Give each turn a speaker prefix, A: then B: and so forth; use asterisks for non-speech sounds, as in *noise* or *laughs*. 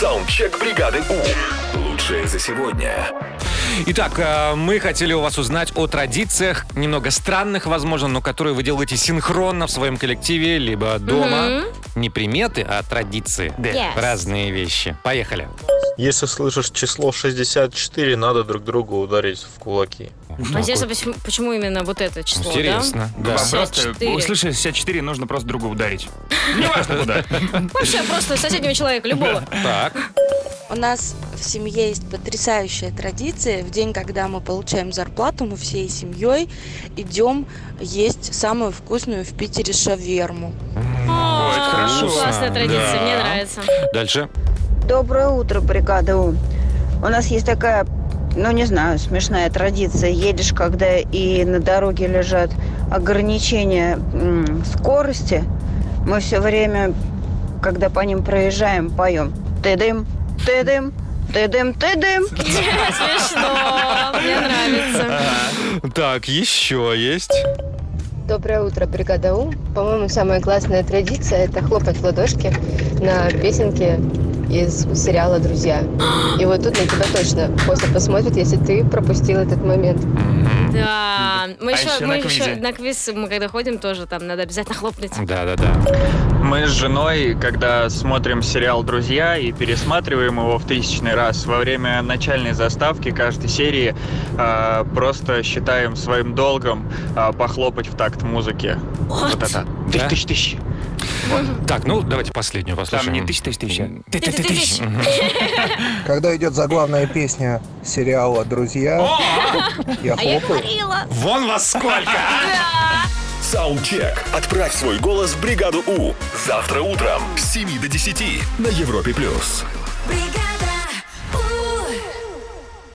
A: Саундчек бригады У. Лучшее за сегодня.
B: Итак, э, мы хотели у вас узнать о традициях, немного странных, возможно, но которые вы делаете синхронно в своем коллективе, либо дома.
C: Ну,
B: Не приметы, а традиции.
D: Yes.
B: Разные вещи. Поехали.
E: Если слышишь число 64, надо друг другу ударить в кулаки.
D: Интересно, почему, почему именно вот это число, Ну, да?
B: Интересно.
C: Да, просто
D: 64.
C: услышали 64, нужно просто друга ударить. Неважно куда.
D: Вообще просто соседнего человека,
C: *laughs*
D: любого.
B: Так.
F: У нас в семье есть потрясающая традиция. В день, когда мы получаем зарплату, мы всей семьей идем есть самую вкусную в Питере шаверму.
D: О,
C: это хорошо.
D: Классная традиция,
B: Да.
D: мне нравится. *laughs*
B: Дальше.
G: Доброе утро, бригада У. У нас есть такая, ну не знаю, смешная традиция. Едешь, когда и на дороге лежат ограничения м, скорости, мы все время, когда по ним проезжаем, поем. Ты-дым, ты-дым, ты-дым, ты-дым.
D: Смешно, мне нравится.
B: Так, еще есть.
H: Доброе утро, бригада У. По-моему, самая классная традиция – это хлопать в ладошки на песенке из сериала «Друзья». И вот тут на тебя точно после посмотрят, если ты пропустил этот момент.
D: Да, мы
C: А
D: еще,
C: еще
D: мы
C: на квизе.
D: еще на квиз, мы когда ходим, тоже там надо обязательно хлопнуть.
B: Да-да-да.
I: Мы с женой, когда смотрим сериал «Друзья» и пересматриваем его в тысячный раз, во время начальной заставки каждой серии э, просто считаем своим долгом э, похлопать в такт музыки. Вот,
B: Да?
I: это. Тыщ-тыщ-тыщ.
B: Так, ну давайте последнюю послушаем.
C: Там не тысяч, тысяч, тысяч. а ты- ты- ты- тысяч.
J: Когда идет заглавная песня сериала «Друзья», я
D: А
J: хлопаю.
D: я говорила.
B: Вон вас сколько!
A: Саундчек. Отправь свой голос в бригаду У. Завтра утром с 7 до 10 на Европе+. плюс.
K: бригада.